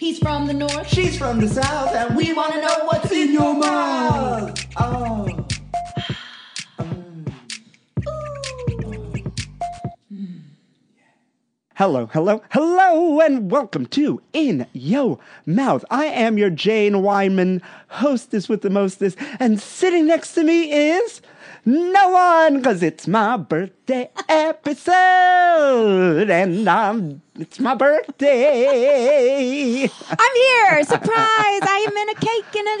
He's from the north. She's from the south, and we want to know what's in your mouth. Oh. Hello, hello, hello, and welcome to In Yo Mouth. I am your Jane Wyman, hostess with the mostest, and sitting next to me is no one, cause it's my birthday episode, and um, it's my birthday. I'm here. Surprise! I am in a cake and a.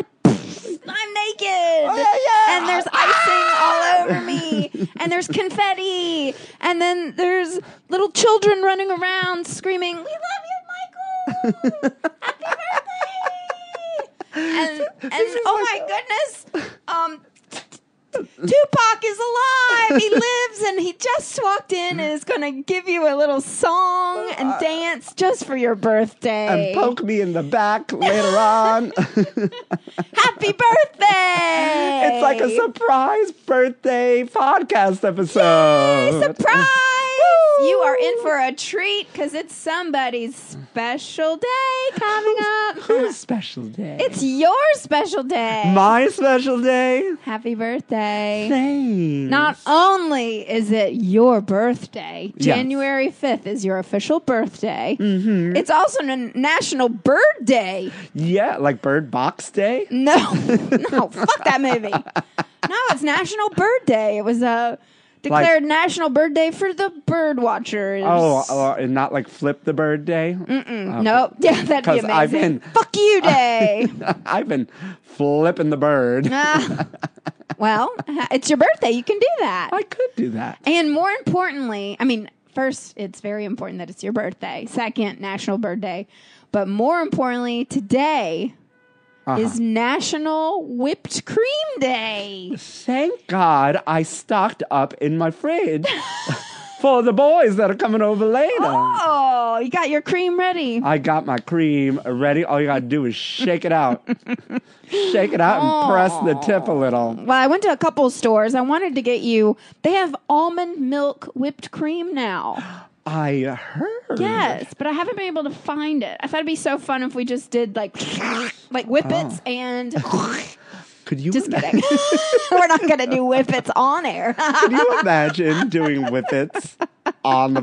I'm naked. Oh, yeah, yeah. And there's icing all over me. And there's confetti. And then there's little children running around screaming, "We love you, Michael! Happy birthday!" And and oh my goodness, um, Tupac is alive. He lives, and he just walked in and is going to give you a little song and dance just for your birthday. Uh, And poke me in the back later on. Happy birthday! It's like a surprise birthday podcast Yay, episode. surprise. You are in for a treat because it's somebody's special day coming up. Whose special day? it's your special day. my special day. Happy birthday. Thanks. Not only is it your birthday, Yes. January 5th is your official birthday. Mm-hmm. It's also N- National Bird Day. yeah, like Bird Box Day. No, no, fuck that movie. No, it's National Bird Day. It was uh, declared National Bird Day for the bird watchers. Oh, oh, and not like Flip the Bird Day. no, yeah, that'd be amazing. 'Cause I've been- fuck you day. I've been flipping the bird. Ah. well, it's your birthday. You can do that. I could do that. And more importantly, I mean, first, it's very important that it's your birthday. Second, National Bird Day. But more importantly, today Uh-huh. is National Whipped Cream Day. Thank God I stocked up in my fridge for the boys that are coming over later. Oh, you got your cream ready. I got my cream ready. All you gotta do is shake it out. shake it out and press the tip a little. Well, I went to a couple stores. I wanted to get you. They have almond milk whipped cream now. I heard. Yes, but I haven't been able to find it. I thought it'd be so fun if we just did like like whippets and Could you just kidding. We're not gonna do whippets on air. could you imagine doing whippets on the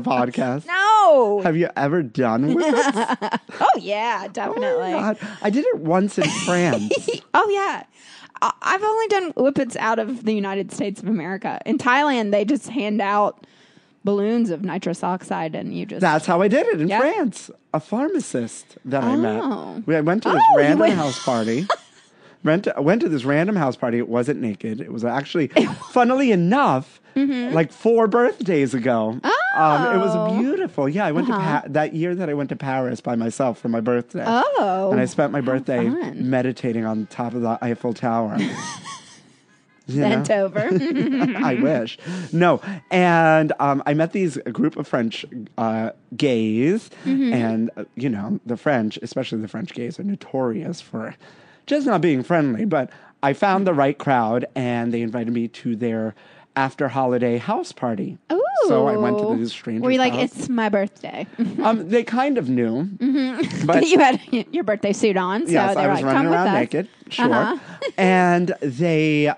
podcast? no. Have you ever done whippets? Oh yeah, definitely. Oh, God. I did it once in France. yeah. I- I've only done whippets out of the United States of America. In Thailand, they just hand out balloons of nitrous oxide, and you just That's how I did it in Yeah. France. A pharmacist that I Oh. met. We I went to this Oh, you random went- house party. Rent, went to this random house party. It wasn't naked. It was actually, funnily enough, like four birthdays ago. Um, it Mm-hmm. Oh. Uh-huh. was beautiful. Yeah, I went to pa- that year that I went to Paris by myself for my birthday. Oh. and I spent my birthday fun. meditating on top of the Eiffel Tower. You know? bent over. I wish. No. And um, I met these a group of French uh, gays. Mm-hmm. And, uh, you know, the French, especially the French gays, are notorious for just not being friendly. But I found the right crowd and they invited me to their after holiday house party. So I went to Ooh. these strangers. Were you like, house. it's my birthday? Um, they kind of knew. But you had your birthday suit on, so yes, they I were was like, running "Come with around us." Uh-huh. naked, sure. and they,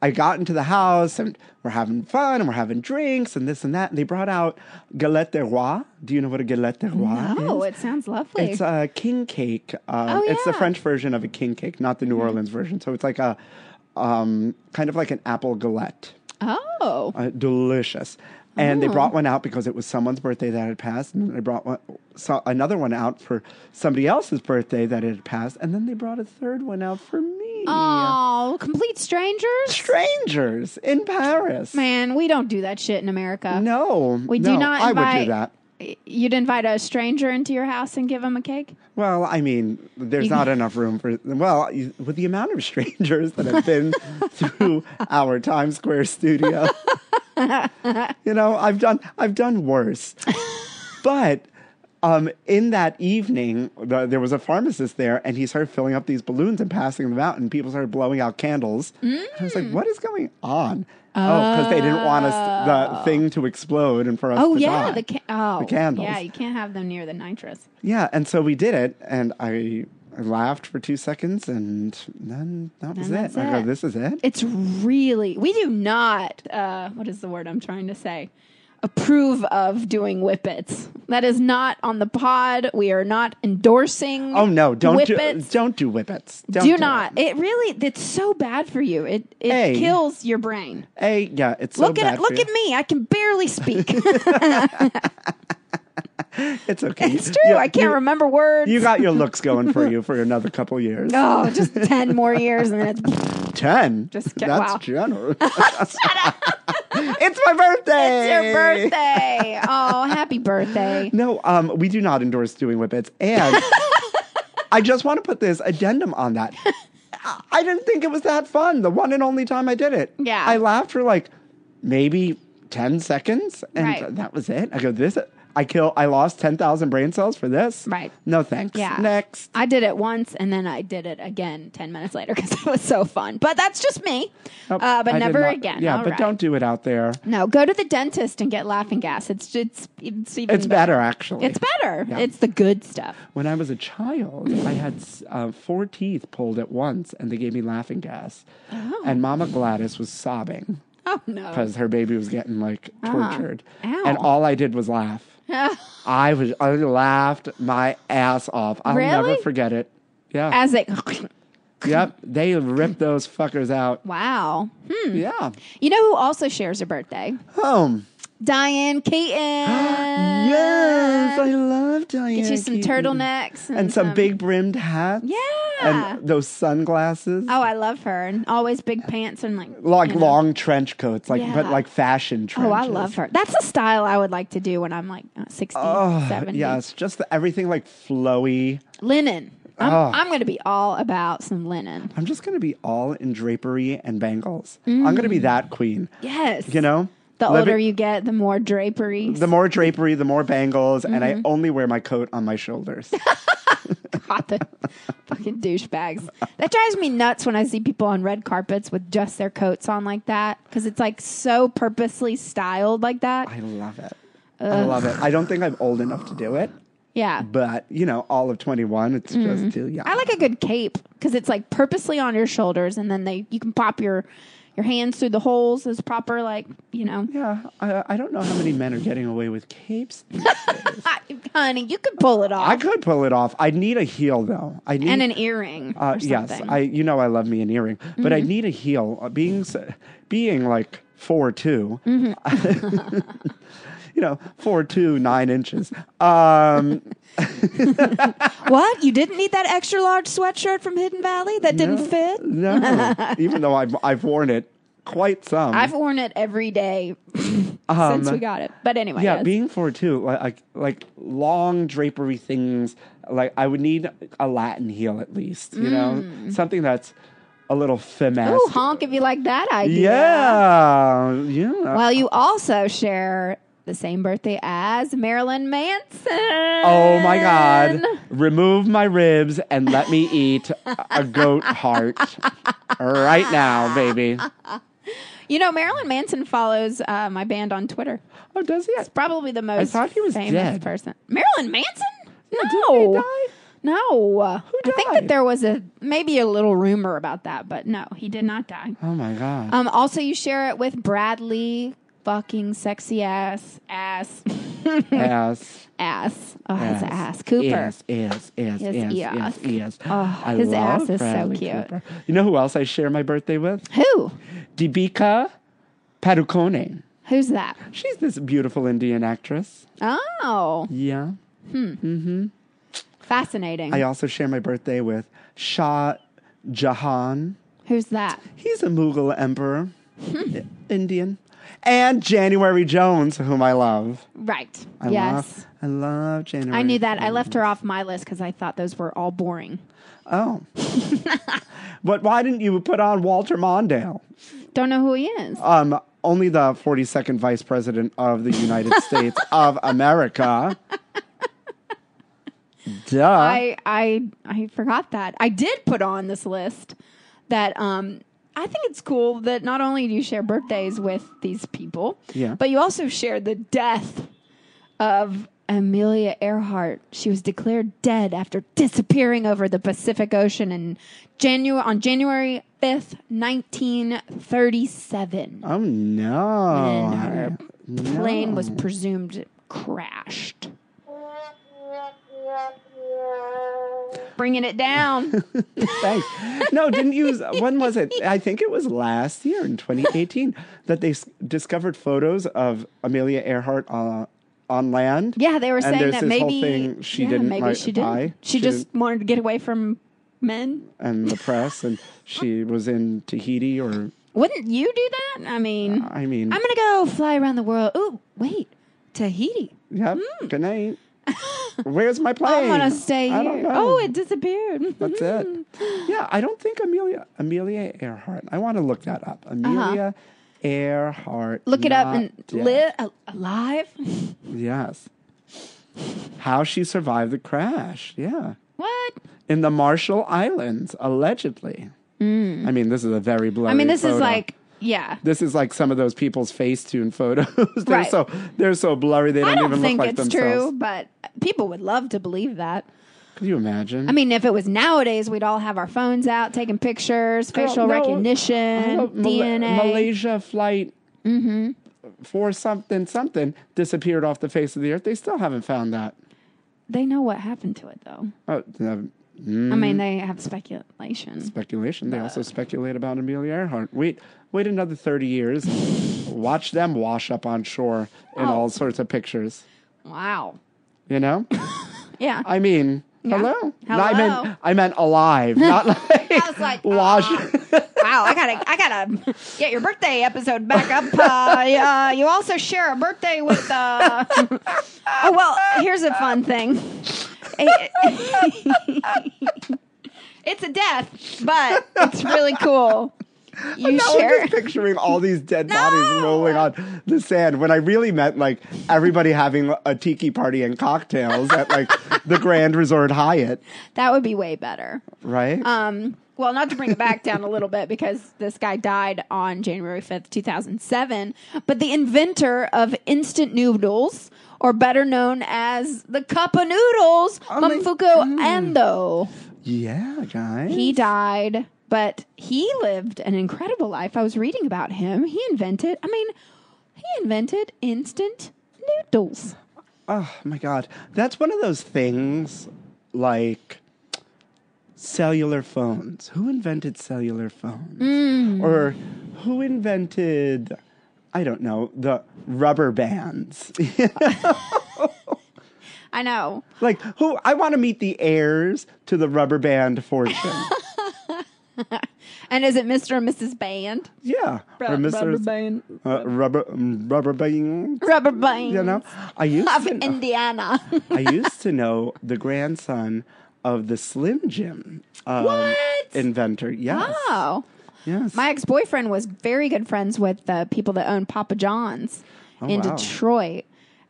I got into the house and we're having fun and we're having drinks and this and that. And they brought out galette de roi. Do you know what a galette de roi Oh, is? it sounds lovely. It's uh, a king cake. Um, Oh, It's the yeah. Mm-hmm. French version of a king cake, not the New Orleans version. So it's like a, um, kind of like an apple galette oh, uh, delicious. And they brought one out because it was someone's birthday that had passed, and they brought one, so another one out for somebody else's birthday that had passed, and then they brought a third one out for me. oh, complete strangers. Strangers in Paris. Man, we don't do that shit in America. No, we do no, not. I Invite, would do that. You'd invite a stranger into your house and give them a cake. Well, I mean, there's not enough room for. Well, you- with the amount of strangers that have been through our Times Square studio, you know, I've done I've done worse, but um, in that evening, the, there was a pharmacist there, and he started filling up these balloons and passing them out, and people started blowing out candles. I was Mm. like, "What is going on?" Oh, because they didn't want us the thing to explode and for us. Oh to yeah, die. the, ca- oh, The candles. Yeah, you can't have them near the nitrous. Yeah, and so we did it, and I I laughed for two seconds, and then that was Then it. that's I it. go, this is it. It's really we do not. Uh, what is the word I'm trying to say? Approve of doing whippets. That is not on the pod. We are not endorsing. Oh no! Don't whippets. do don't do whippets. Don't do it. not. It. really. It's so bad for you. It it Hey. kills your brain. Hey, yeah, it's Look so at bad it. Look for at me. I can barely speak. you. It's okay. it's true. You- I can't you- remember words. You got your looks going for you for another couple years. oh, just ten more years and then it's. Ten. Just get- That's wow. generous. it's my It's birthday. your birthday. Oh, happy birthday. No, um, we do not endorse doing whippets. And I just want to put this addendum on that. I- I didn't think it was that fun. The one and only time I did it. Yeah. I laughed for like maybe 10 seconds and Right. that was it. I go, this, I kill, I lost 10,000 brain cells for this. Right. No thanks. Yeah. Next. I did it once and then I did it again 10 minutes later because it was so fun. But that's just me. Oh, uh, but I did never not- again. Yeah, All but right. don't do it out there. No, go to the dentist and get laughing gas. It's it's it's even It's better, actually. Mm. It's better. Yeah. It's the good stuff. When I was a child, I had uh, four teeth pulled at once, and they gave me laughing gas. And Mama Gladys was sobbing Oh no. because her baby was getting like tortured, Ah. Ow. and all I did was laugh. I was I laughed my ass off. I'll never Really? forget it. Yeah. As it yep. They ripped those fuckers out. Wow. Hmm. Yeah. You know who also shares a birthday? Home. Diane Keaton. Yes, I love Diane. Uh, Get you some Keaton. turtlenecks and, and some big brimmed hats. Yeah. And those sunglasses. Oh, I love her. And always big pants and like like you know. long trench coats, like but Yeah. like fashion Oh, trenches. I love her. That's the style I would like to do when I'm like uh, 60, Oh, 70. yes, just the, everything like flowy. Linen. I'm, Oh. I'm going to be all about some linen. I'm just gonna be all in drapery and bangles. I'm gonna be that queen. Yes. You know, the Living- older you get, the more draperies. the more drapery, the more bangles, and Mm-hmm. I only wear my coat on my shoulders. God, the fucking douchebags. That drives me nuts when I see people on red carpets with just their coats on like that because it's like so purposely styled like that. I love it. I love it. I don't think I'm old enough to do it, yeah. but you know, all of 21, it's just too young. Mm-hmm. I like a good cape because it's like purposely on your shoulders and then they you can pop your your hands through the holes as proper like, you know. yeah, I, I don't know how many men are getting away with capes. Ah, honey, you could pull it off. I could pull it off. I need a heel though. I need and an earring. Uh, or yes, something. Mm-hmm. I. You know, I love me an earring, but I need a heel. Uh, Being s- being like four two, Mm-hmm. you know, four two nine inches. Um, what? You didn't need that extra large sweatshirt from Hidden Valley that didn't fit? no, even though I've I've worn it quite some. Um, I've worn it every day since we got it. But anyway, Uh-huh, yeah, yes. being four two, like, like like long drapery things. Like I would need a Latin heel at least, you know, something that's a little feminine. Mm. Ooh, honk if you like that idea. Yeah, yeah. Well, you also share the same birthday as Marilyn Manson. Oh my God. Remove my ribs and let me eat a goat heart right now, baby. You know, Marilyn Manson follows uh, my band on Twitter. Oh, does he? It's probably the most thought he was famous dead. person. Marilyn Manson? Did he No. die? No. Who I think died? that there was a maybe a little rumor about that, but no, he did not die. Oh my God. Um, also, you share it with Bradley, fucking sexy ass, ass, Yes. ass. Oh, his Yes. ass. Cooper. Yes, yes, yes, His yes, yes, ass. yes. Oh, I his love ass is so Bradley cute. Cooper. You know who else I share my birthday with? Who? Dibika Padukone. Who's that? She's this beautiful Indian actress. Oh, Yeah. fascinating. I also share my birthday with Shah Jahan. Who's that? He's a Mughal emperor, Hmm. I- Indian, and January Jones, whom I love. Right. I yes. love, I love January. I knew that. I left her off my list because I thought those were all boring. Oh, but why didn't you put on Walter Mondale? Don't know who he is. Um, only the forty-second vice president of the United States of America. Duh. I I I forgot that. I did put on this list that um I think it's cool that not only do you share birthdays with these people, Yeah. but you also share the death of Amelia Earhart. She was declared dead after disappearing over the Pacific Ocean in January on January 5th, 1937. oh no. and her No. plane was presumed crashed. Bringing it down. Thanks. No, didn't you? When was it? I think it was last year in 2018 that they s- discovered photos of Amelia Earhart uh, on land. Yeah, they were And saying there's that this whole maybe thing, she yeah, didn't Maybe li- she didn't. buy. She, She just didn't- wanted to get away from men. And the press, and she was in Tahiti, or Wouldn't you do that? I mean, I mean, I'm gonna go fly around the world. Ooh, wait, Tahiti. yeah. Good night. Where's my plane? I'm gonna Hmm. stay I don't here. know. Oh, hmm. it disappeared. That's it. Yeah, I don't think Amelia Amelia Earhart. I want to look that up. Amelia Earhart. Uh-huh. Look it up not and dead. live alive. Yes. How she survived the crash. Yeah. what? In the Marshall Islands, allegedly. I mean, this is a very blurry. Mm. I mean, this is photo. like yeah. This is like some of those people's Facetune photos. they're Right. so they're so blurry they don't, I don't even think look like it's themselves. true, but people would love to believe that. Could you imagine? I mean, if it was nowadays, we'd all have our phones out taking pictures, facial no. recognition, DNA. Malaysia flight Mm-hmm. for something something disappeared off the face of the earth. They still haven't found that. They know what happened to it, though. Oh, uh, I mean, they have speculation. speculation. They also speculate about Amelia Earhart. Wait, wait another thirty years. Watch them wash up on shore in Oh. all sorts of pictures. Wow. You know, Yeah. I mean, Yeah. hello. No, I Hello. meant, I meant alive, not like I was like, oh, wash. wow, I gotta, I gotta get your birthday episode back up. Uh, yeah, you also share a birthday with. Uh... oh well, here's a fun thing. it's a death, but it's really cool. You now share. I'm just picturing all these dead bodies rolling on the sand when I really meant like everybody having a tiki party and cocktails at like the Grand Resort Hyatt, That would be way better. right? Um, well, not to bring it back down a little bit because this guy died on January 5th, 2007, but the inventor of instant noodles, or better known as the cup of noodles, Oh Momfuku Endo. yeah, guys. He died, but he lived an incredible life. I was reading about him. He invented, I mean, he invented instant noodles. Oh my god, that's one of those things like cellular phones. Who invented cellular phones? Mm. Or who invented I don't know, the rubber bands. I know. like who I want to meet the heirs to the rubber band fortune. And is it Mr. and Mrs. Band? yeah. or Rubber Mr. band. Uh, rubber mm, rubber band, Rubber band. you know. I used Of to know, Indiana. I used to know the grandson of the Slim Jim uh, What? inventor. Yes. Oh. Yes. My ex boyfriend was very good friends with the people that own Papa John's in Oh, wow. Detroit.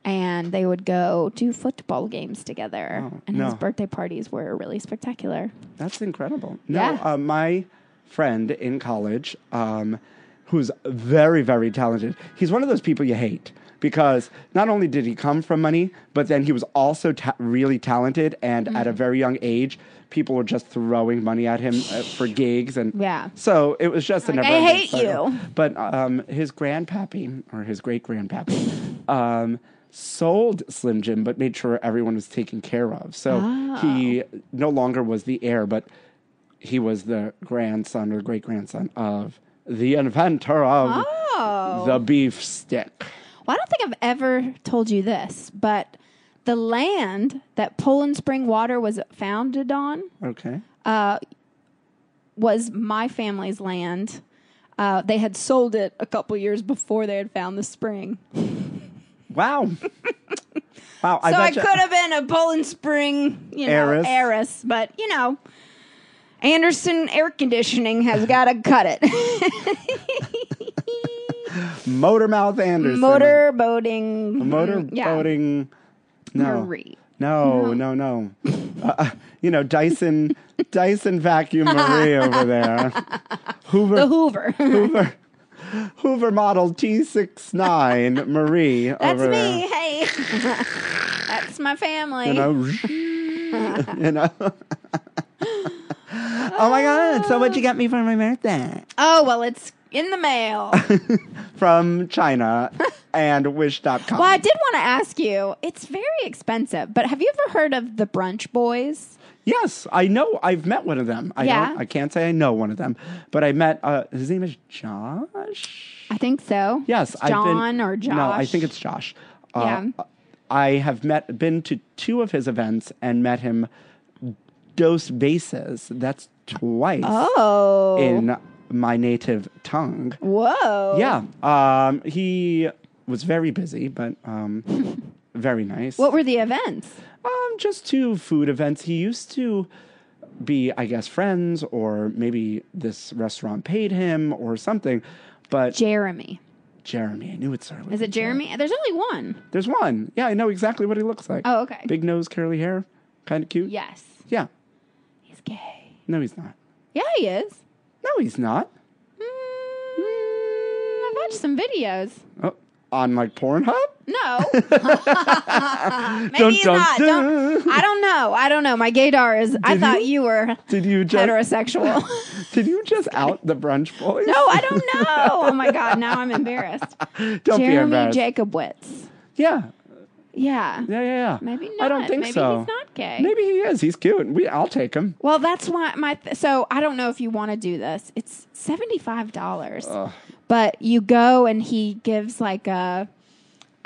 And they would go to football games together. Oh, and his no. birthday parties were really spectacular. That's incredible. No, Yeah. uh, my friend in college, um, who's very, very talented, he's one of those people you hate because not only did he come from money, but then he was also ta- really talented. And at a Mm-hmm. very young age, people were just throwing money at him uh, for gigs. And Yeah. so it was just a Like, never I hate you. But um, his grandpappy, or his great grandpappy, um, sold Slim Jim, but made sure everyone was taken care of. So Ah. he no longer was the heir, but he was the grandson or great grandson of the inventor of Oh. the beef stick. Well, I don't think I've ever told you this, but the land that Poland Spring Water was founded on Okay. was my family's land. Uh, they had sold it a couple years before they had found the spring. Wow. wow. I So I, bet you- could have been a Poland Spring, you know, Heiress. heiress. but you know, Anderson Air Conditioning has got to cut it. Motormouth Anderson. Motor boating. Motor Mm-hmm. yeah. boating. No. Marie. No, no, no. uh, you know, Dyson, Dyson vacuum Marie over there. Hoover, The Hoover. Hoover, Hoover model T69 Marie That's over there. me. Hey. That's my family. you know, you know. oh my god! So what'd you get me for my birthday? Oh, well, it's in the mail. From China and Wish.com. well, I did want to ask you. It's very expensive, but have you ever heard of the Brunch Boys? Yes, I know. I've met one of them. I Yeah. don't, I can't say I know one of them, but I met. Uh, his name is Josh. I think so. Yes, It's I've been- John or Josh. No, I think it's Josh. Uh, Yeah. I have met been to two of his events and met him. Dos bases. That's twice. Oh. in my native tongue. Whoa. Yeah. Um, he was very busy, but um, very nice. What were the events? um, just two food events. He used to be, I guess, friends, or maybe this restaurant paid him or something. But Jeremy. Jeremy, I knew it started. with Is it a J. Jeremy? There's only one. There's one. Yeah, I know exactly what he looks like. Oh, okay. Big nose, curly hair, kind of cute. Yes. Yeah. He's gay. No, he's not. Yeah, he is. No, he's not. Mm, I've watched some videos. Oh, on like Pornhub. No. Maybe Dun, he's dun, not. Don't, dun. I don't know. I don't know. My gaydar is. I Did thought you- you were Did you just heterosexual. Did you just out the brunch boys? no, I don't know. Oh my god, now I'm embarrassed. Don't be Jeremy embarrassed. Jacobwitz. Yeah. Yeah. Yeah, yeah, yeah. Maybe not. I don't think Maybe so. he's not gay. Maybe he is. He's cute. We, I'll take him. Well, that's why my th- so I don't know if you want to do this. It's seventy five dollars, Ugh. but you go and he gives like a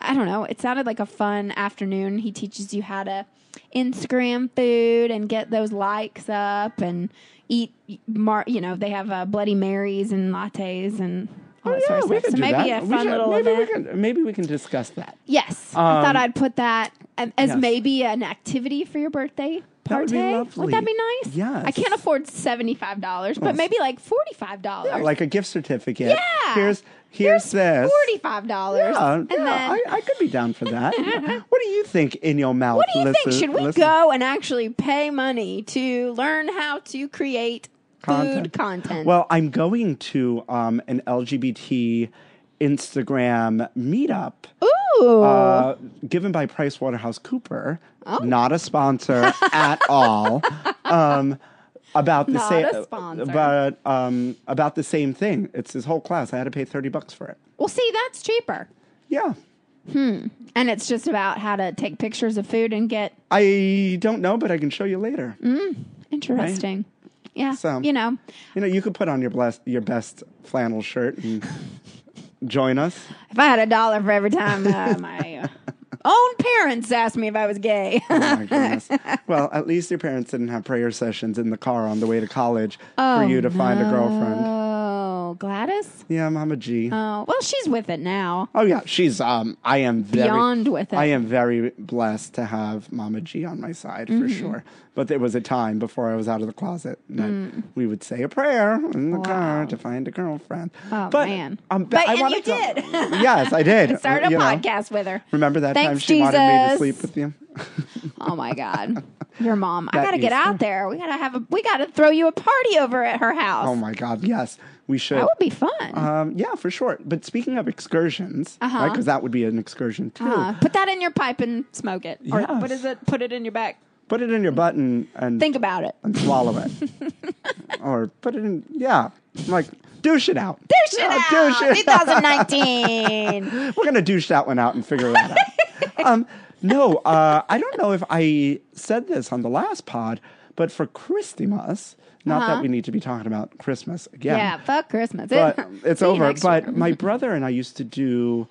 I don't know. It sounded like a fun afternoon. He teaches you how to Instagram food and get those likes up and eat. Mar- you know they have uh, Bloody Marys and lattes and all that Oh, yeah, sort of we stuff. could So do maybe that. a We fun should- little maybe event. We can, maybe we can discuss that. Yes, I thought Um, I'd put that a- as yes. maybe an activity for your birthday That party. would be lovely. that be nice? Yes. I can't afford seventy five dollars, but maybe like forty five dollars. Like a gift certificate. Yeah. Here's here's, this. forty five dollars. Yeah, and yeah, then I, I could be down for that. what do you think in your mouth? what do you think? listen- Should we listen- go and actually pay money to learn how to create food Content. content? Well, I'm going to um, an LGBT Instagram meetup. Ooh. uh, given by PricewaterhouseCooper, Oh. not a sponsor at all. Um, about the Not same, a sponsor. but um, about the same thing. It's his whole class. I had to pay thirty bucks for it. well, see, that's cheaper, Yeah, and it's just about how to take pictures of food and get I don't know, but I can show you later. Mm. interesting. Yeah, So- you know, You know, you could put on your blessed, your best flannel shirt and join us. If I had a dollar for every time uh, my own parents asked me if I was gay. Oh my goodness. well, at least your parents didn't have prayer sessions in the car on the way to college for you to find a girlfriend. oh, Gladys? Yeah, Mama G. Oh, well, she's with it now. Oh yeah, she's um I am very Beyond with it. I am very blessed to have Mama G on my side Mm-hmm. for sure. But there was a time before I was out of the closet that we would say a prayer in the Mm. Wow. car to find a girlfriend. Oh, but, man. um, but I and wanna you go- did. yes, I did. Started a uh, You know, podcast with her. Remember that time Thanks, she wanted me to Jesus. sleep with you? Oh, my God. Your mom. I That got to get Easter. out there. We got to have a, we got to throw you a party over at her house. Oh my God! Yes, we should. that would be fun. um, yeah, for sure. But speaking of excursions, because Uh-huh. that would be an excursion too. Uh, put that in your pipe and smoke it. Or Yes. what is it? Put it in your back. Put it in your button and Think about it. and swallow it. or put it in, yeah. I'm like, douche it out. Douche it Yeah, out. douche Uh, it out. 2019. We're going to douche that one out and figure that out. um, no, uh, I don't know if I said this on the last pod, but for Christmas, not that we need to be talking about Christmas again. Uh-huh. Yeah, fuck Christmas. But it's See you over. next But year. my brother and I used to do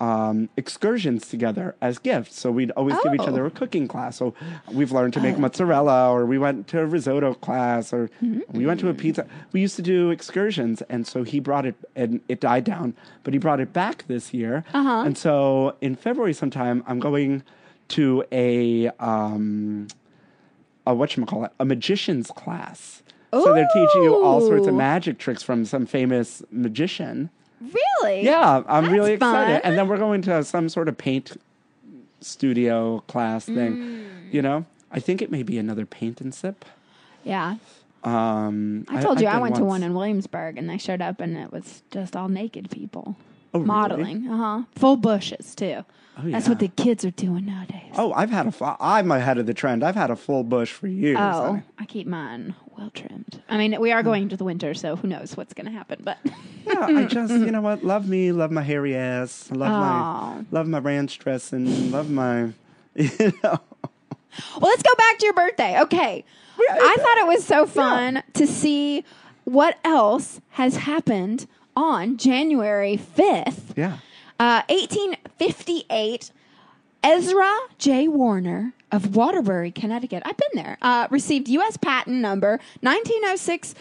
um, excursions together as gifts. So we'd always give each Oh. other a cooking class. So we've learned to make mozzarella, or we went to a risotto class, or Mm-hmm. we went to a pizza. We used to do excursions, and so he brought it, and it died down. But he brought it back this year, Uh-huh. and so in February sometime, I'm going to a. Um, a whatchamacallit, a magician's class. So they're teaching you all sorts of Ooh. magic tricks from some famous magician. really? Yeah, I'm really excited. fun. Mm. And then we're going to some sort of paint studio class thing, you know? I think it may be another paint and sip. Yeah. Um, I told you I've I been went to once. one in Williamsburg and they showed up and it was just all naked people. Oh, really? Modeling. Uh huh. Full bushes too. Oh, That's what yeah. the kids are doing nowadays. Oh, I've had a. Fu- I'm ahead of the trend. I've had a full bush for years. Oh, I keep mine well trimmed. I mean, Hmm. we are going into the winter, so who knows what's going to happen. But Yeah, I just you know what? Love me, love my hairy ass, love my Aw. love my ranch dressing, love my you know. well, let's go back to your birthday. Okay, I thought it was so fun to see what else has happened on January fifth, Yeah. uh, eighteen fifty eight. Ezra J. Warner of Waterbury, Connecticut. I've been there. Uh, received U.S. patent number 1906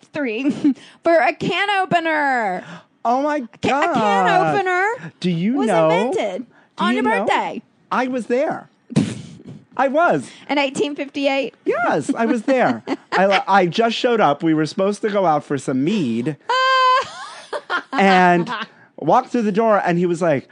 3 for a can opener. Oh my god. Ca- a can opener. Do you was know? invented Do on your you know? birthday I was there. I was. in 1858. Yes, I was there. I li- I just showed up. We were supposed to go out for some mead. Ah! and walked through the door and he was like,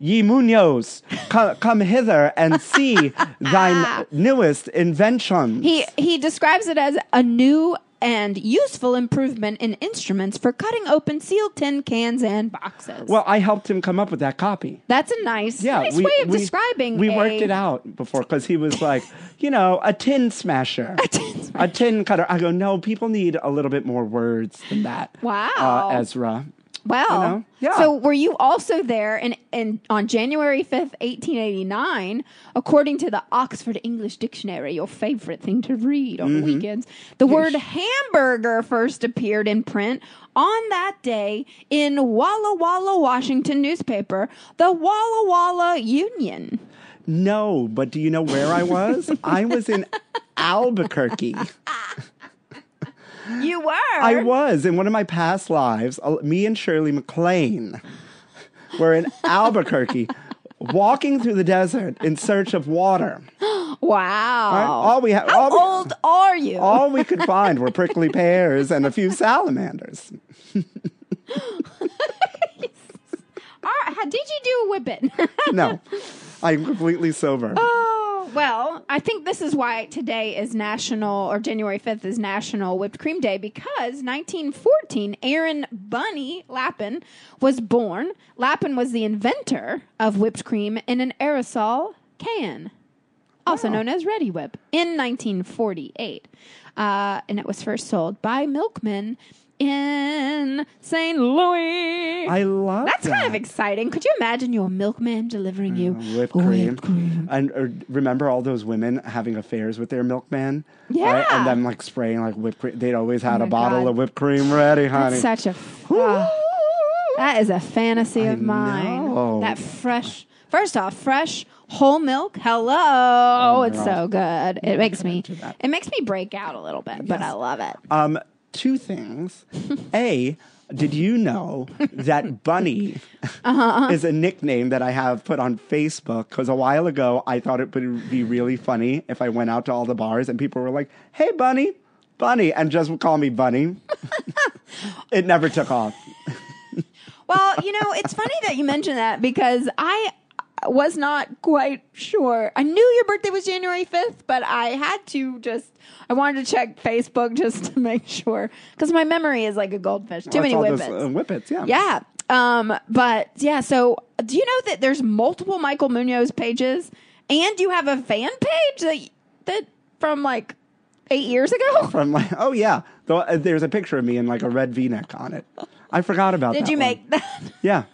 Ye Munoz, come, come hither and see thine newest invention. He he describes it as a new and useful improvement in instruments for cutting open sealed tin cans and boxes. Well, I helped him come up with that copy. that's a nice, Yeah, nice way of describing. We a- worked it out before because he was like, you know, a tin smasher, a tin smasher. cutter. I go, no, people need a little bit more words than that. Wow. uh, Ezra. Well, you know? Yeah. so were you also there in, in on January 5th, 1889, according to the Oxford English Dictionary, your favorite thing to read Mm-hmm. on the weekends, the word hamburger first appeared in print on that day in Walla Walla, Washington newspaper, the Walla Walla Union. No, but do you know where I was? I was in Albuquerque. You were. I was in one of my past lives. uh, Me and Shirley MacLaine were in Albuquerque, walking through the desert in search of water. Wow. All we had. How all we- old are you? All we could find were prickly pears and a few salamanders. All right, how did you do a whippet? No, I'm completely sober. Oh, well, I think this is why today is National, or January 5th is National Whipped Cream Day, because 1914, Aaron Bunny Lappin was born. Lappin was the inventor of whipped cream in an aerosol can, also known as Ready Whip, in 1948. Uh, and it was first sold by milkmen in St. Louis. I love That's that. Mm, kind of exciting. Could you imagine your milkman delivering you whipped cream. And or remember all those women having affairs with their milkman? Yeah. Oh And then like spraying like whipped cream. They'd always had my a bottle God. of whipped cream ready, honey. That's such a oh, that is a fantasy of mine. know. That fresh, first off, fresh whole milk. Hello, Oh it's so good. It makes me into that. it makes me break out a little bit, but I love it. um, two things. a, did you know that Bunny Uh-huh. is a nickname that I have put on Facebook? Because a while ago, I thought it would be really funny if I went out to all the bars and people were like, "Hey, Bunny, Bunny," and just would call me Bunny. it never took off. Well, you know, it's funny that you mention that because I was not quite sure. I knew your birthday was January 5th, but I had to just I wanted to check Facebook just to make sure cuz my memory is like a goldfish. Too That's many all whippets. those, uh, whippets, yeah. Yeah. Um, but yeah, so do you know that there's multiple Michael Munoz pages and you have a fan page that that from like eight years ago? From like, oh yeah, Though, uh, there's a picture of me in like a red V-neck on it. I forgot about that. Did you one. make that Yeah,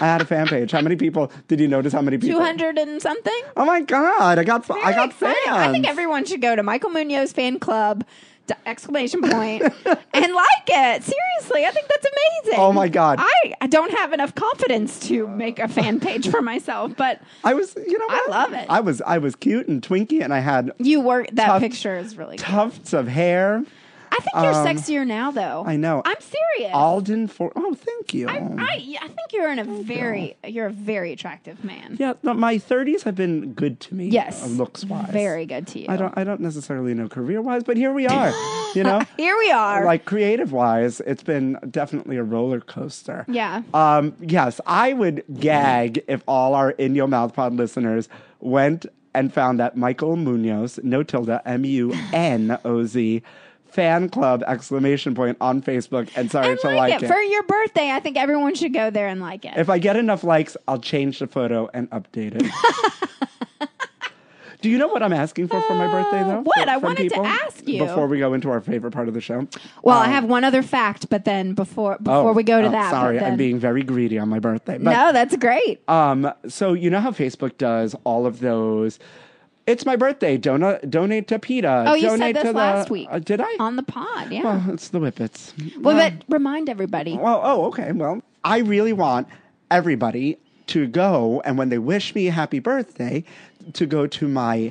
I had a fan page. How many people did you notice? How many people? two hundred and something? Oh my god! I got I Very got fans. exciting. I think everyone should go to Michael Munoz fan club d- exclamation point and like it. Seriously, I think that's amazing. Oh my God. I, I don't have enough confidence to make a fan page for myself, but I was, you know, what? love it. I was I was cute and twinky, and I had you were that Tough- picture is really good. tufts of hair. I think you're Um, sexier now, though. I know. I'm serious. Alden for oh, thank you. I, I think you're in a very you're a very attractive man. yeah, no, my thirties have been good to me. Yes, looks wise, very good to you. I don't I don't necessarily know career wise, but here we are. you know, Here we are. like creative wise, it's been definitely a roller coaster. Yeah. Um, yes, I would gag if all our In Your Mouth Pod listeners went and found that Michael Munoz, no tilde, M U N O Z, fan club exclamation point on Facebook and started And to like, it. it. for your birthday. I think everyone should go there and like it. If I get enough likes, I'll change the photo and update it. Do you know what I'm asking for for my birthday, though? Uh, what? Fr- I from wanted to people? ask you. Before we go into our favorite part of the show. well, I have one other fact, but then before before we go to uh, that, but Sorry, um, I'm then- being very greedy on my birthday. But no, that's great. Um, so you know how Facebook does all of those. It's my birthday. Donate, donate to PETA. Oh, you said donate this to the- last week. Uh, did I? on the pod, yeah. well, it's the Whippets. well, but remind everybody. Well, oh, okay. Well, I really want everybody to go and when they wish me happy birthday, to go to my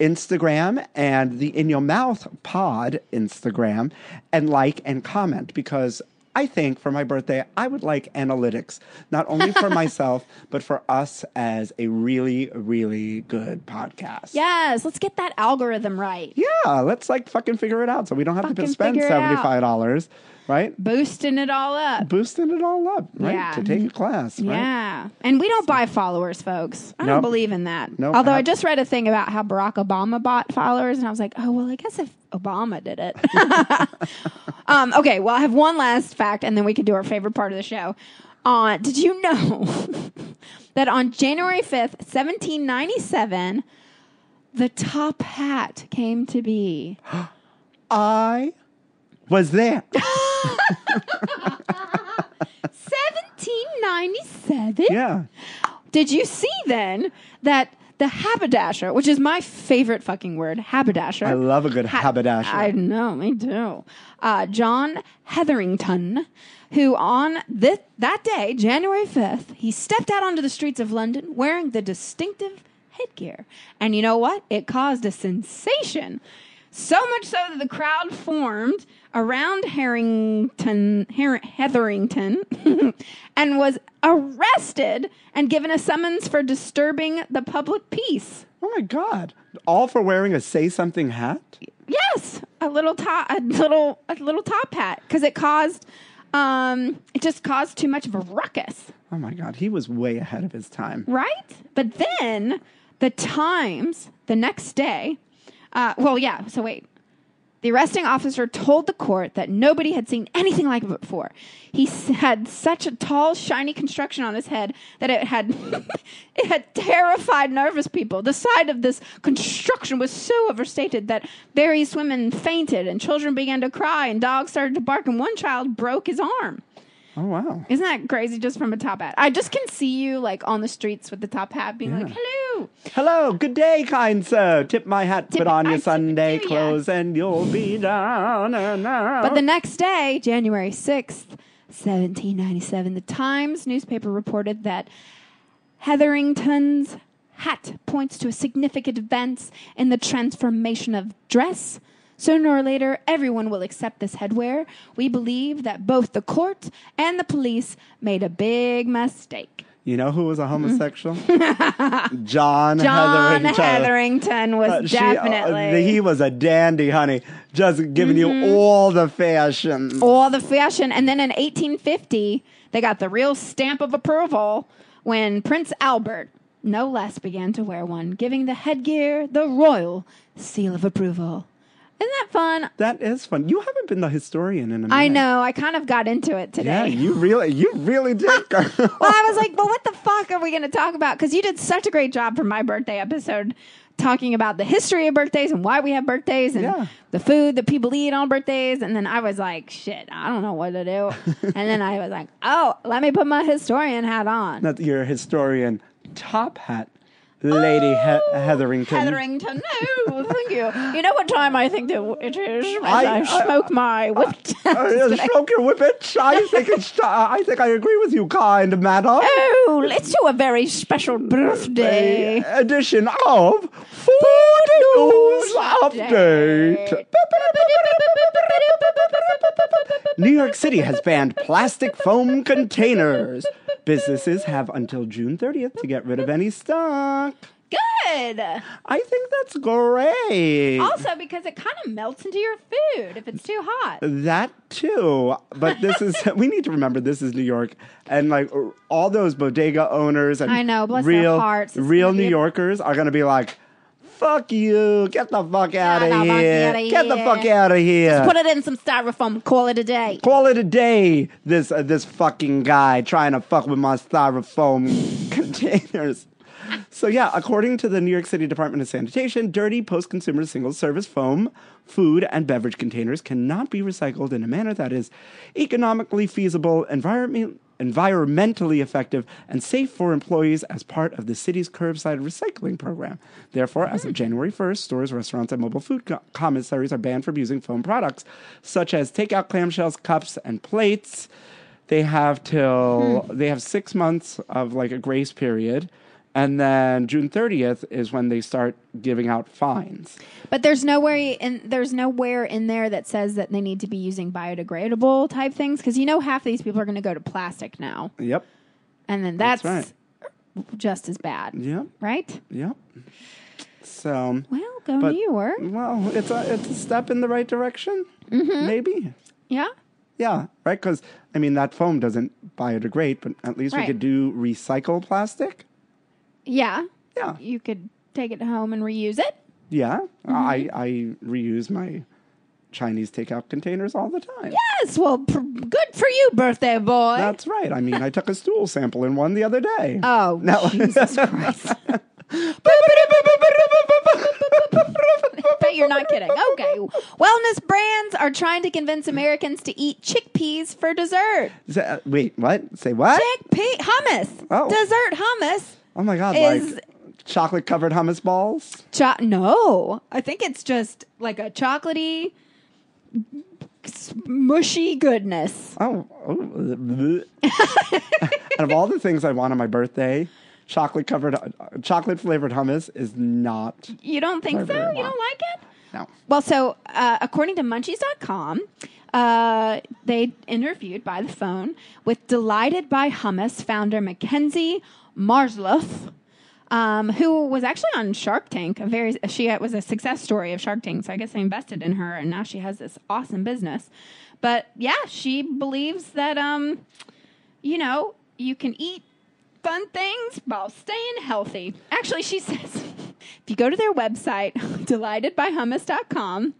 Instagram and the In Your Mouth Pod Instagram and like and comment because I think for my birthday, I would like analytics, not only for myself, but for us as a really, really good podcast. Yes, let's get that algorithm right. Yeah, let's like fucking figure it out so we don't have to Fucking spend figure it out. $75, right? Boosting it all up. Boosting it all up, right? Yeah. To take a class, right? Yeah. And we don't buy followers, folks. I don't Nope. believe in that. Nope. Although I Ab- just read a thing about how Barack Obama bought followers, and I was like, oh, well, I guess if Obama did it. um, okay, well, I have one last fact, and then we can do our favorite part of the show. Uh, did you know that on January 5th, 1797, the top hat came to be? I was there. 1797? Yeah. Did you see then that the haberdasher, which is my favorite fucking word, haberdasher? I love a good ha- haberdasher. I know, me too. Uh, John Hetherington, who on this, that day, January 5th, he stepped out onto the streets of London wearing the distinctive headgear. And you know what? It caused a sensation. So much so that the crowd formed around Harrington, Her- Hetherington and was arrested and given a summons for disturbing the public peace. oh my God. All for wearing a say something hat? Yes, a little top, a little, a little top hat, because it caused, um, it just caused too much of a ruckus, Oh my God. He was way ahead of his time. right? But then the Times the next day, uh, well, yeah. So wait, the arresting officer told the court that nobody had seen anything like it before. He s- had such a tall, shiny construction on his head that it had it had terrified nervous people. The sight of this construction was so overstated that various women fainted and children began to cry and dogs started to bark and one child broke his arm. Oh, wow. Isn't that crazy just from a top hat? I just can see you like on the streets with the top hat being like, Yeah. "Hello." Hello. Good day, kind sir. Tip my hat, Tip put on it- I your tip it Sunday to ya. clothes, and you'll be down and out. But the next day, January 6th, 1797, the Times newspaper reported that Hetherington's hat points to a significant event in the transformation of dress. Sooner or later, everyone will accept this headwear. We believe that both the court and the police made a big mistake. you know who was a homosexual? John John, Hetherington. Hetherington was Uh, she, uh, definitely. Mm-hmm. he was a dandy, honey. Just giving you all the fashion. all the fashion. And then in 1850, they got the real stamp of approval when Prince Albert, no less, began to wear one, giving the headgear the royal seal of approval. Isn't that fun? That is fun. You haven't been the historian in a minute. I know. I kind of got into it Yeah, today. you really, you really did. girl. well, I was like, well, what the fuck are we going to talk about? Because you did such a great job for my birthday episode talking about the history of birthdays and why we have birthdays and Yeah. the food that people eat on birthdays. And then I was like, shit, I don't know what to do. and then I was like, oh, let me put my historian hat on. Not your historian top hat, Lady he- Hetherington. Oh, Hetherington, no, thank you. You know what time I think that it is? As I, I- I- smoke my whipped. Uh, stroke your whippet. I think it's. I think I agree with you, kind madam. oh, let's do a very special birthday. A edition of Food News Update. New York City has banned plastic foam containers. Businesses have until June 30th to get rid of any stock. Good. I think that's great. Also, because it kind of melts into your food if it's too hot. That too. But this is, we need to remember this is New York. And like all those bodega owners and I know, bless their real, hearts. It's real gonna be New a- Yorkers are going to be like, fuck you. Get the fuck out the of fuck here. outta Get the here. fuck out of here. Put it in some styrofoam. Call it a day. Call it a day. This uh, this fucking guy trying to fuck with my styrofoam containers. So yeah, according to the New York City Department of Sanitation, dirty post-consumer single-service foam, food, and beverage containers cannot be recycled in a manner that is economically feasible, environment, environmentally effective, and safe for employees as part of the city's curbside recycling program. Therefore, as of January 1st, stores, restaurants, and mobile food co- commissaries are banned from using foam products such as takeout clamshells, cups, and plates. They have till they have six months of like a grace period, and then June 30th is when they start giving out fines. But there's nowhere in there's nowhere in there that says that they need to be using biodegradable type things because you know half these people are going to go to plastic now, Yep. and then that's, That's just as bad. Yep. Right? Yep. So. Well, go But- New York. Well, it's a it's a step in the right direction, Mm-hmm. maybe. Yeah. Yeah, right. Because I mean, that foam doesn't biodegrade, but at least Right. we could do recycle plastic. Yeah. Yeah, You could take it home and reuse it. yeah. Mm-hmm. I I reuse my Chinese takeout containers all the time. Yeah. Yes. Well, pr- good for you, birthday boy. That's right. I mean, I took a stool sample in one the other day. oh, No. Jesus Christ. Bet you're not kidding. Okay. Wellness brands are trying to convince Americans to eat chickpeas for dessert. Is that- Wait, what? Say what? Chickpea hummus. Oh. Dessert hummus. Oh my God! Is- like chocolate covered hummus balls. Cho- no, I think it's just like a chocolatey, s- mushy goodness. Oh, oh bleh. out of all the things I want on my birthday, chocolate covered, uh, chocolate flavored hummus is not. You don't think Whatever so? they You don't like it? No, Well, so uh, according to Munchies.com, uh, they interviewed by the phone with Delighted by Hummus founder Mackenzie Marsloff, um, who was actually on Shark Tank. A very she was a success story of Shark Tank, so I guess they invested in her, and now she has this awesome business. But yeah, she believes that um, you know you can eat fun things while staying healthy. Actually, she says if you go to their website, delightedbyhummus.com,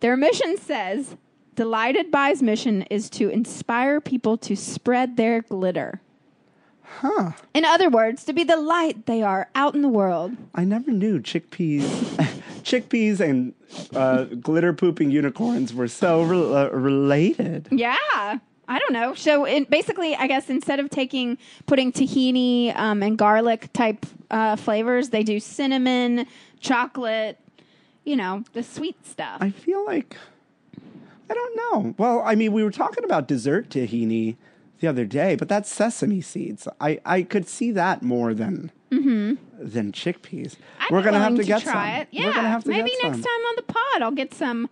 their mission says Delighted By's mission is to inspire people to spread their glitter. huh? In other words, to be the light they are out in the world. I never knew chickpeas, chickpeas, and uh, glitter pooping unicorns were so rel- uh, related. Yeah. I don't know. So it, basically, I guess instead of taking putting tahini um, and garlic type uh, flavors, they do cinnamon, chocolate, you know, the sweet stuff. I feel like I don't know. Well, I mean, we were talking about dessert tahini the other day, but that's sesame seeds. I I could see that more than than chickpeas. Mm-hmm. I'd we're be gonna have willing to, get try some. it. Yeah, we're gonna have to maybe get next some. time on the pod, I'll get some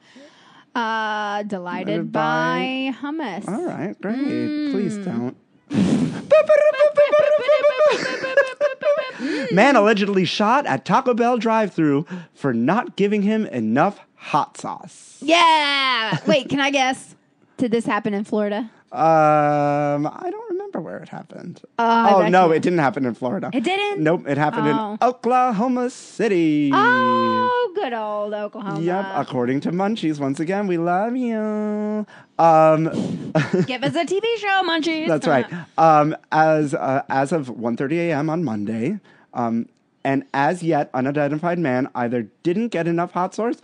uh, delighted Delighted by, hummus. All right, great. Mm. Please don't. Man allegedly shot at Taco Bell drive-thru for not giving him enough hot sauce. yeah. Wait, can I guess? Did this happen in Florida? Um, I don't remember where it happened. Uh, I oh bet no, you- it didn't happen in Florida. It didn't? Nope, it happened Oh. in Oklahoma City. Oh, good old Oklahoma. Yep, according to Munchies, once again, we love you. Um, Give us a TV show, Munchies. that's right. Um, as uh, as of 1:30 a.m. on Monday, um, an as yet unidentified man either didn't get enough hot sauce,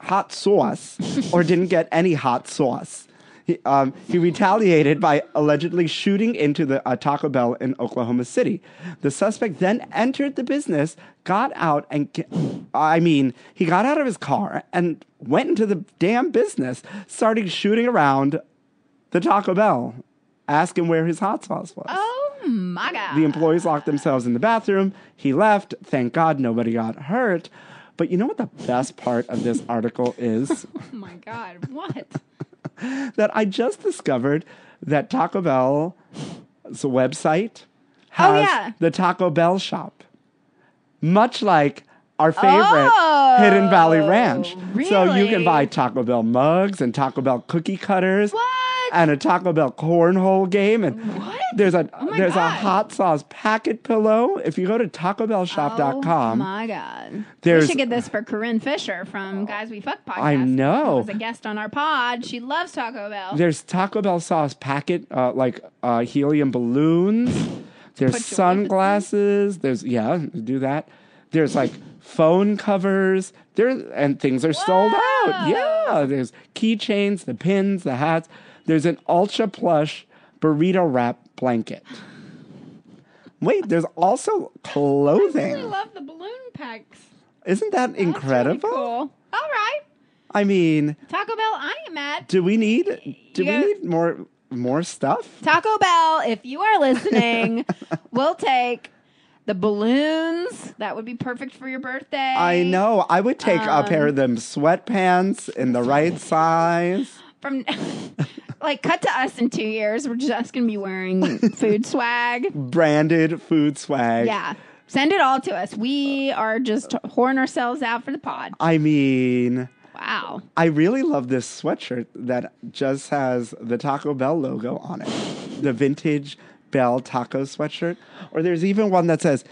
hot sauce, or didn't get any hot sauce. He, um, he retaliated by allegedly shooting into the uh, Taco Bell in Oklahoma City. The suspect then entered the business, got out, and ca- I mean, he got out of his car and went into the damn business, starting shooting around the Taco Bell, ask him where his hot sauce was. Oh my god. The employees locked themselves in the bathroom. He left. Thank God nobody got hurt. But you know what the best part of this article is? oh my god. What? that I just discovered that Taco Bell's website has Oh, yeah. the Taco Bell shop, much like our favorite Oh, Hidden Valley Ranch. So you really? can buy Taco Bell mugs and Taco Bell cookie cutters. What? Oh and a Taco Bell cornhole game. And What? There's a Oh my there's a God. hot sauce packet pillow. If you go to Oh tacobellshop.com, my god! There's- we should get this for Corinne Fisher from Guys We Fuck podcast. I know. She was a guest on our pod. She loves Taco Bell. There's Taco Bell sauce packet, uh, like uh, helium balloons. There's Put your sunglasses. There's yeah, do that. There's like phone covers. There and things are sold out. Whoa. Yeah, there's keychains, the pins, the hats. There's an ultra plush burrito wrap blanket. Wait, there's also I really clothing. love the balloon packs. Isn't that That's really incredible? cool. All right, I mean, Taco Bell. I am at do we need do Yeah. we need more more stuff? Taco Bell. If you are listening, we'll take the balloons. That would be perfect for your birthday. I know. I would take a pair of um, them sweatpants in the right size. From like, cut to us in two years. We're just gonna be wearing food swag. Branded food swag. Yeah. Send it all to us. We are just whoring ourselves out for the pod. I mean, Wow. I really love this sweatshirt that just has the Taco Bell logo on it. the vintage Bell taco sweatshirt. Or there's even one that says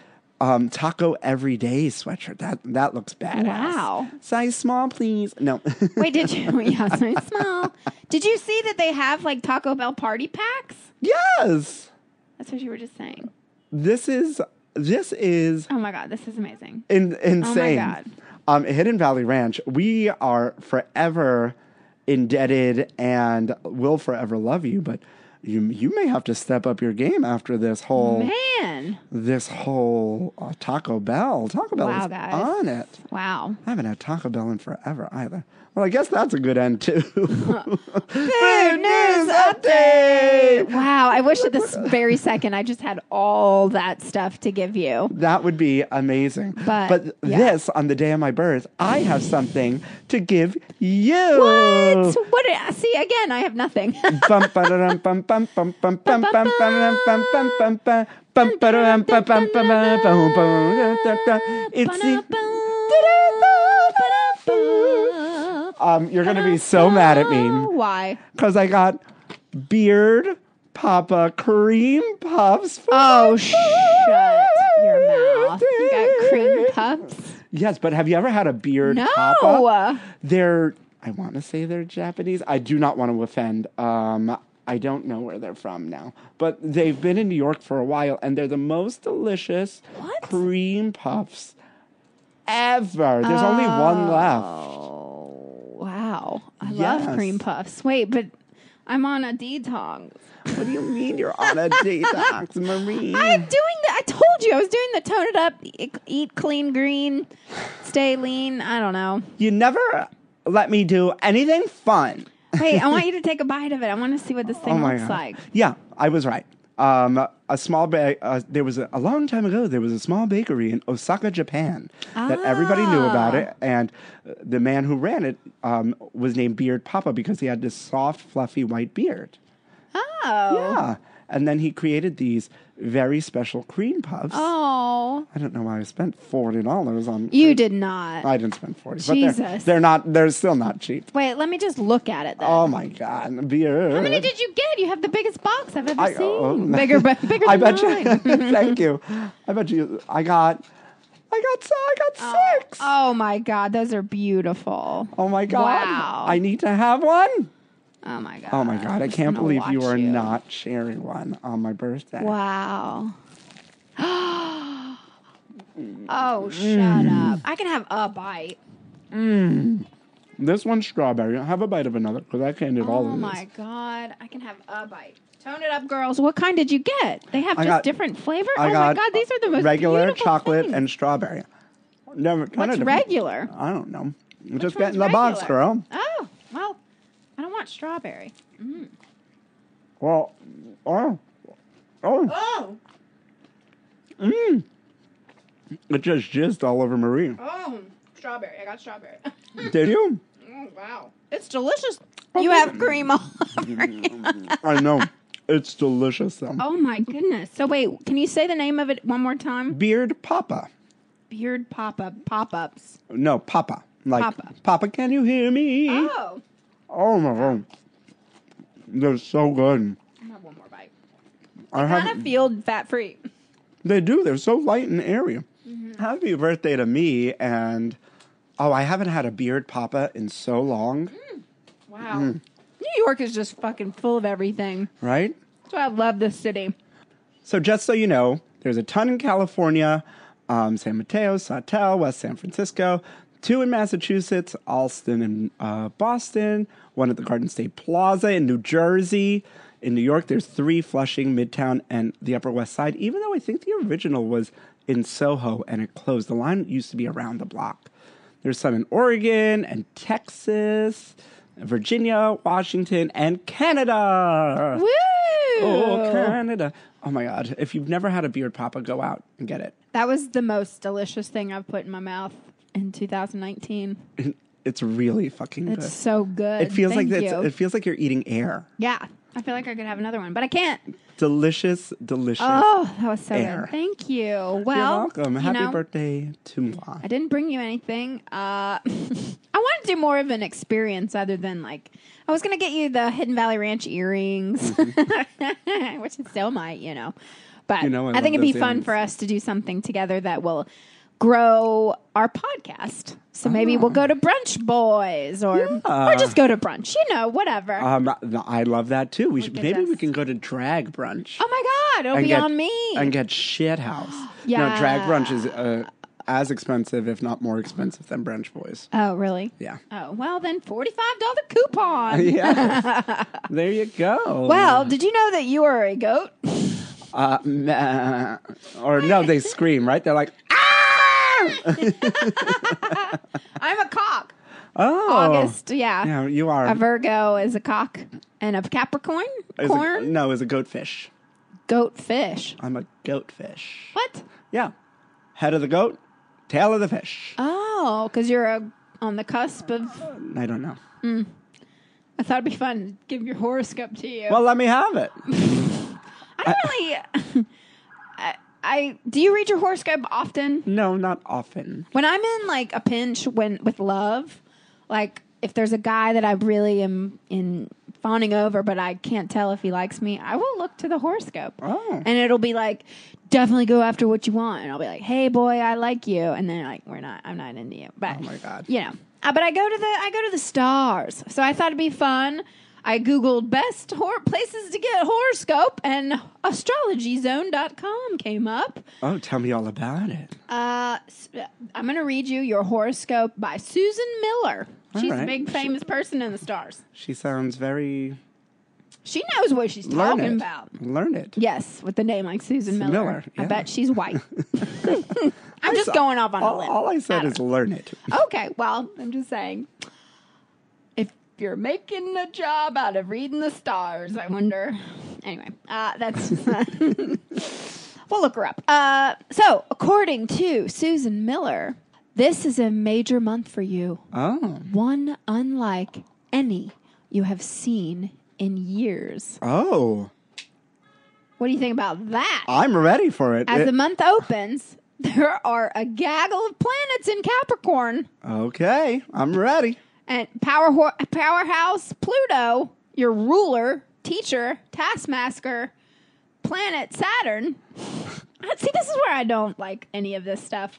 um, taco everyday sweatshirt. That that looks badass. Wow. Size small, please. No. Wait, did you? Yeah, so small. Did you see that they have like Taco Bell party packs? yes. That's what you were just saying. This is this is Oh my God, this is amazing. in, insane. Oh God. Um, Hidden Valley Ranch, we are forever indebted and will forever love you, but you you may have to step up your game after this whole Man. this whole uh, Taco Bell. Taco Bell Wow, is guys. on it. Wow. I haven't had Taco Bell in forever either. Well, I guess that's a good end too. Food news update. Wow. I wish at this very second I just had all that stuff to give you. That would be amazing. But, yeah. this on the day of my birth, I have something to give you. Uh. What? What? did- See, again, I have nothing. Bum, ba-da-dum, bum, bum, bum, bum, bum, bum, ba-da-dum, bum, bum, bum, bum. Bum, ba-da-dum, bum, bum, bum, bum, bum, bum, da, da, da. It's the um, you're gonna be so mad at me Why? because I got beard papa cream puffs. For Oh, shut your mouth. You got cream puffs? Yes, but have you ever had a beard No. papa? They're I want to say they're Japanese. I do not want to offend. Um, I don't know where they're from now, but they've been in New York for a while, and they're the most delicious What? cream puffs ever. There's only one left. Oh, wow. I Yes. love cream puffs. Wait, but I'm on a detox. What do you mean you're on a detox, Marie? I'm doing the, I told you, I was doing the tone it up, e- eat clean green, stay lean. I don't know. You never let me do anything fun. Wait, I want you to take a bite of it. I want to see what this Oh thing looks like. Yeah, I was right. Um, a small ba- uh, there was a, a long time ago there was a small bakery in Osaka, Japan that everybody knew about Ah. it and uh, the man who ran it um, was named Beard Papa because he had this soft fluffy white beard. Oh. Yeah. And then he created these very special cream puffs. Oh. I don't know why I spent $40 on You did not. I didn't spend 40, but they're, Jesus. they're not they're still not cheap. Wait, let me just look at it. Then. Oh my god, beard. How many did you get? You have the biggest box I've ever I- seen. oh, no. bigger, but bigger I than bet mine. you. thank you. I bet you. I got. I got. so- I got six. Oh, Oh my god, those are beautiful. my god! Wow. I need to have one. Oh my god. Oh my god! I I'm can't gonna believe you watch are not sharing one on my birthday. Wow. Mm. oh, shut up. I can have a bite. This one's strawberry. Have a bite of another because I can't eat all oh of my this. god, I can have a bite. Tone it up, girls. What kind did you get? They have I just got- different flavor. I oh my got god, these are the most regular beautiful chocolate things. and strawberry. Never kind What's of regular? I don't know. You just Which get in the one's box, regular? girl. Oh, well, I don't want strawberry. Well, oh, Oh, oh, it just jizzed all over Marie. oh, strawberry. I got strawberry. Oh, Did you? wow. It's delicious. Oh, You have cream all over you. I know. It's delicious though. Oh my goodness. So wait, can you say the name of it one more time? Beard Papa. Beard pop-up pop-ups. No, Papa. Like Papa. Papa. can you hear me? Oh. Oh my god. They're so good. I'm gonna have one more bite. I Kind of have, Hmm? feel fat free. they do. They're so light and airy. Mm-hmm. Happy birthday to me. And oh, I haven't had a beard papa in so long, Mm. Wow. Mm-hmm. New York is just fucking full of everything. right? That's why I love this city. So just so you know, there's a ton in California, um, San Mateo, Sawtell, West San Francisco, two in Massachusetts, Alston and uh, Boston, one at the Garden State Plaza in New Jersey. In New York, there's three Flushing, Midtown, and the Upper West Side, even though I think the original was in Soho and it closed. The line used to be around the block. There's some in Oregon and Texas, Virginia, Washington, and Canada. Woo! Oh, Canada. Oh my God. If you've never had a beard papa, go out and get it. That was the most delicious thing I've put in my mouth in 2019. It's really fucking It's so good. good. It feels like Thank it's, you. it feels like you're eating air. yeah. I feel like I could have another one, but I can't. Delicious, delicious. Oh, that was so Air. good. Thank you. Well, you're welcome. you Happy know, birthday to moi. I didn't bring you anything. Uh, I want to do more of an experience other than like I was gonna get you the Hidden Valley Ranch earrings, which is still my, you know. But You know I I, love think it'd be those fun earrings. for us to do something together that will grow our podcast. So maybe we'll Ah. go to brunch boys or or just go to brunch, you know, whatever. Um, I love that too. We should, at maybe we this. can go to drag brunch oh my god, it'll be get on me. and get shit house. No, drag Yeah. brunch is uh, as expensive, if not more expensive, than brunch boys. oh really? Yeah. Oh well, then forty five dollar coupon. Yeah. there you go. Well, did you know that you are a goat? uh, meh. or no, they scream, right? They're like, ah! I'm a cock. Oh. August, yeah. Yeah, you are. A Virgo is a cock and a Capricorn, is A, corn, no, is a goatfish. goat, fish. I'm a goatfish. What? Yeah. Head of the goat, tail of the fish. Oh, because you're a, on the cusp of. I don't know. I thought it'd be fun to give your horoscope to you. Well, let me have it. I don't really. I, I do you read your horoscope often? No, not often. When I'm in like a pinch when with love, like if there's a guy that I really am in fawning over, but I can't tell if he likes me, I will look to the horoscope. Oh. and it'll be like definitely go after what you want and i'll be like hey boy i like you and then like we're not i'm not into you but Oh, my God. you know uh, but i go to the i go to the stars so i thought it'd be fun i googled best hor- places to get horoscope and astrologyzone.com came up Oh, tell me all about it. uh, s- i'm going to read you your horoscope by susan miller All she's a right. big She- famous person in the stars She sounds very she knows what she's learned. talking about Learn it. Yes, with the name like Susan Miller. Miller, yeah. I bet she's white. I'm just going off on a All, limb. all I said don't is learn it. Okay, well, I'm just saying. If you're making a job out of reading the stars, I wonder. Anyway, uh, that's. we'll look her up. Uh, so, according to Susan Miller, this is a major month for you, Oh. one unlike any you have seen in years. Oh. What do you think about that? I'm ready for it. As It- the month opens, there are a gaggle of planets in Capricorn okay. I'm ready. and power ho- powerhouse Pluto, your ruler, teacher, taskmaster, planet Saturn. See, this is where I don't like any of this stuff.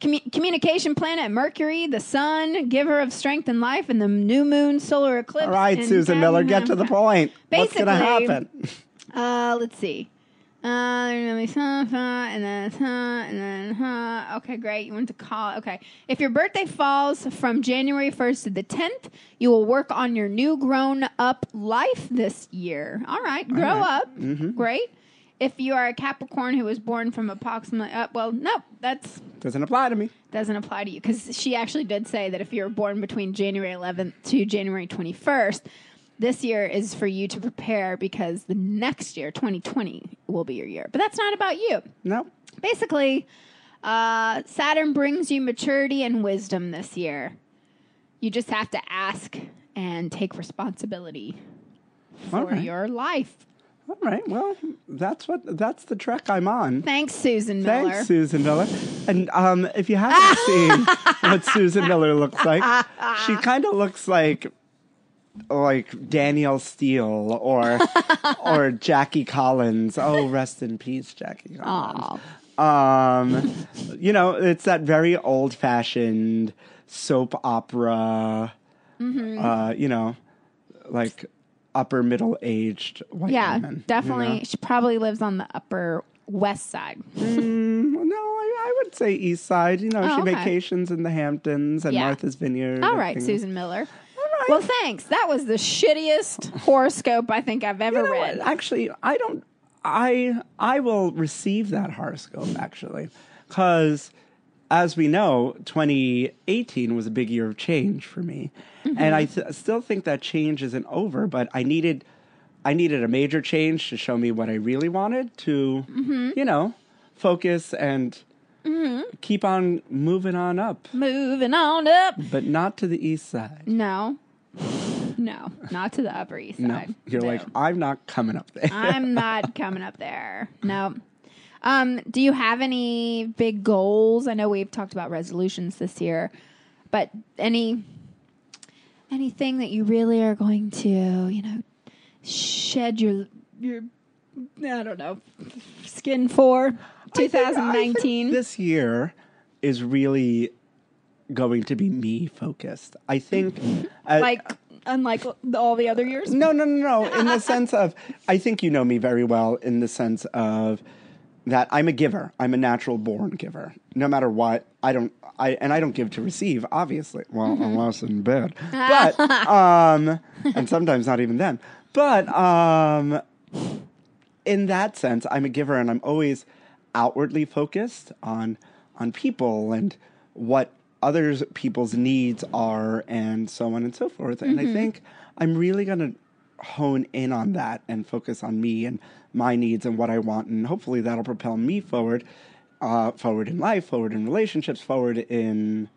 Commu- communication planet Mercury, the sun, giver of strength and life, and the new moon solar eclipse. All right, in Susan Miller, get to the Capricorn. point. What's going to Basically- happen? Uh, let's see. Uh, there's gonna be some, huh, and then huh, and then huh. Okay, great. You want to call? Okay. If your birthday falls from January 1st to the 10th, you will work on your new grown-up life this year. All right, Mm-hmm. grow up. Great. If you are a Capricorn who was born from approximately, uh, well, no, that's Doesn't apply to me. doesn't apply to you because she actually did say that if you were born between January 11th to January 21st, this year is for you to prepare because the next year, 2020, will be your year. But that's not about you. No. Basically, uh, Saturn brings you maturity and wisdom this year. You just have to ask and take responsibility for All right. your life. All right. Well, that's what that's the trek I'm on. Thanks, Susan Miller. Thanks, Susan Miller. And um, if you haven't seen what Susan Miller looks like, she kind of looks like like Danielle Steele or or Jackie Collins. Oh, rest in peace, Jackie Collins. Um, you know, it's that very old fashioned soap opera. Mm-hmm. Uh, you know, like upper middle aged white Yeah, women. you definitely. know? She probably lives on the upper west side. No, I, I would say East Side. You know, Oh, she okay. vacations in the Hamptons and Yeah. Martha's Vineyard. All and right, things. Susan Miller. Well, thanks. That was the shittiest horoscope I think I've ever You know read. what? Actually, I don't. I I will receive that horoscope actually, because as we know, 2018 was a big year of change for me, and I th- still think that change isn't over. But I needed I needed a major change to show me what I really wanted to, Mm-hmm. you know, focus and keep on moving on up, Moving on up. but not to the east side. No, no, not to the upper east No, side. you're No. like I'm not coming up there. I'm not coming up there. No. Um, do you have any big goals? I know we've talked about resolutions this year, but any anything that you really are going to, you know, shed your your I don't know skin for I think- I think 2019? This year is really going to be me focused. I think. uh, like unlike all the other years. no, no, no, no. In the sense of, I think you know me very well. In the sense of that I'm a giver. I'm a natural born giver. No matter what, I don't. I and I don't give to receive. Obviously, well, unless in bed. But um, and sometimes not even then. But um, in that sense, I'm a giver and I'm always outwardly focused on on people and what others people's needs are and so on and so forth. And I think I'm really going to hone in on that and focus on me and my needs and what I want and hopefully that'll propel me forward uh forward in life, forward in relationships, forward in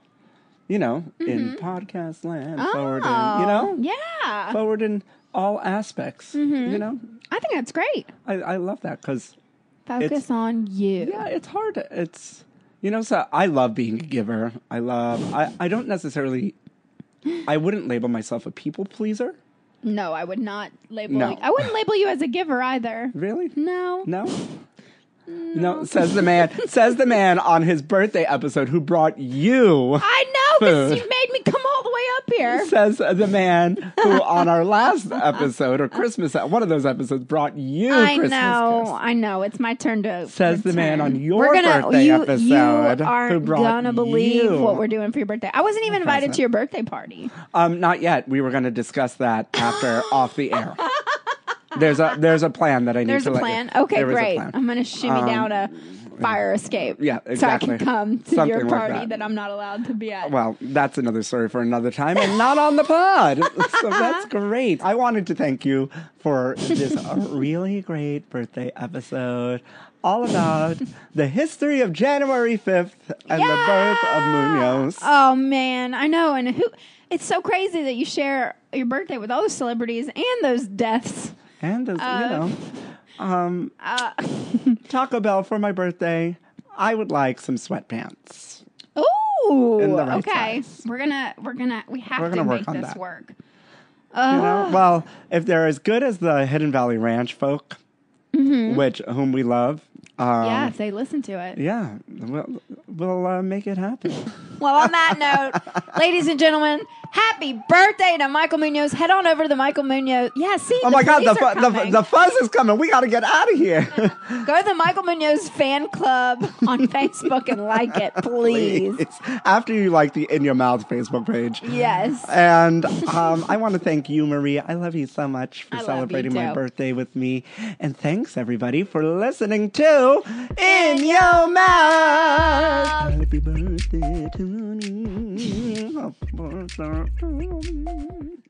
you know, in podcast land, forward Oh. in, you know, Yeah, forward in all aspects, you know? I think that's great. I, I love that because Focus on you. yeah, it's hard. It's you know, so I love being a giver. I love. I I don't necessarily. I wouldn't label myself a people pleaser. No, I would not label. No. You. I wouldn't label you as a giver either. Really? No. No. No, says the man. says the man on his birthday episode who brought you. I know because Food. you made me come all the way up here. Says the man who on our last episode or Christmas, one of those episodes, brought you. I Christmas know. gifts. I know. It's my turn to. Says the man return. on your we're gonna, birthday you, You episode who aren't brought gonna believe you. what we're doing for your birthday. I wasn't even invited present. to your birthday party. Um, not yet. We were going to discuss that after off the air. There's a there's a plan that I need There's to a let plan. you- Okay, there is a great. plan. Um, I'm gonna shimmy down a fire escape. yeah, So I exactly. can come to Something your like party that. that. I'm not allowed to be at. Well, that's another story for another time and not on the pod. so that's great. I wanted to thank you for this really great birthday episode all about the history of January 5th and the birth of Munoz. Oh man, I know. And who? It's so crazy that you share your birthday with all those celebrities and those deaths. And as, you know, um, Taco Bell for my birthday. I would like some sweatpants. Ooh. In the right okay, size. we're gonna we're gonna we have We're to gonna work make on this that. work. You know? Well, if they're as good as the Hidden Valley Ranch folk, which whom we love, um, yeah, if they listen to it. yeah, we'll, we'll uh, make it happen. Well, on that note, ladies and gentlemen, happy birthday to Michael Munoz. Head on over to the Michael Munoz. Yeah, see. oh my God, the, police are fu- the fu- coming. the fuzz is coming. We got to get out of here. go to the Michael Munoz fan club on Facebook and like it, please. It's after you like the In Your Mouth Facebook page. Yes. And um, I want to thank you, Marie. I love you so much for I love you celebrating my too. birthday with me. And thanks, everybody, for listening to In Your Mouth. Oh, Happy birthday to me. Happy birthday to me.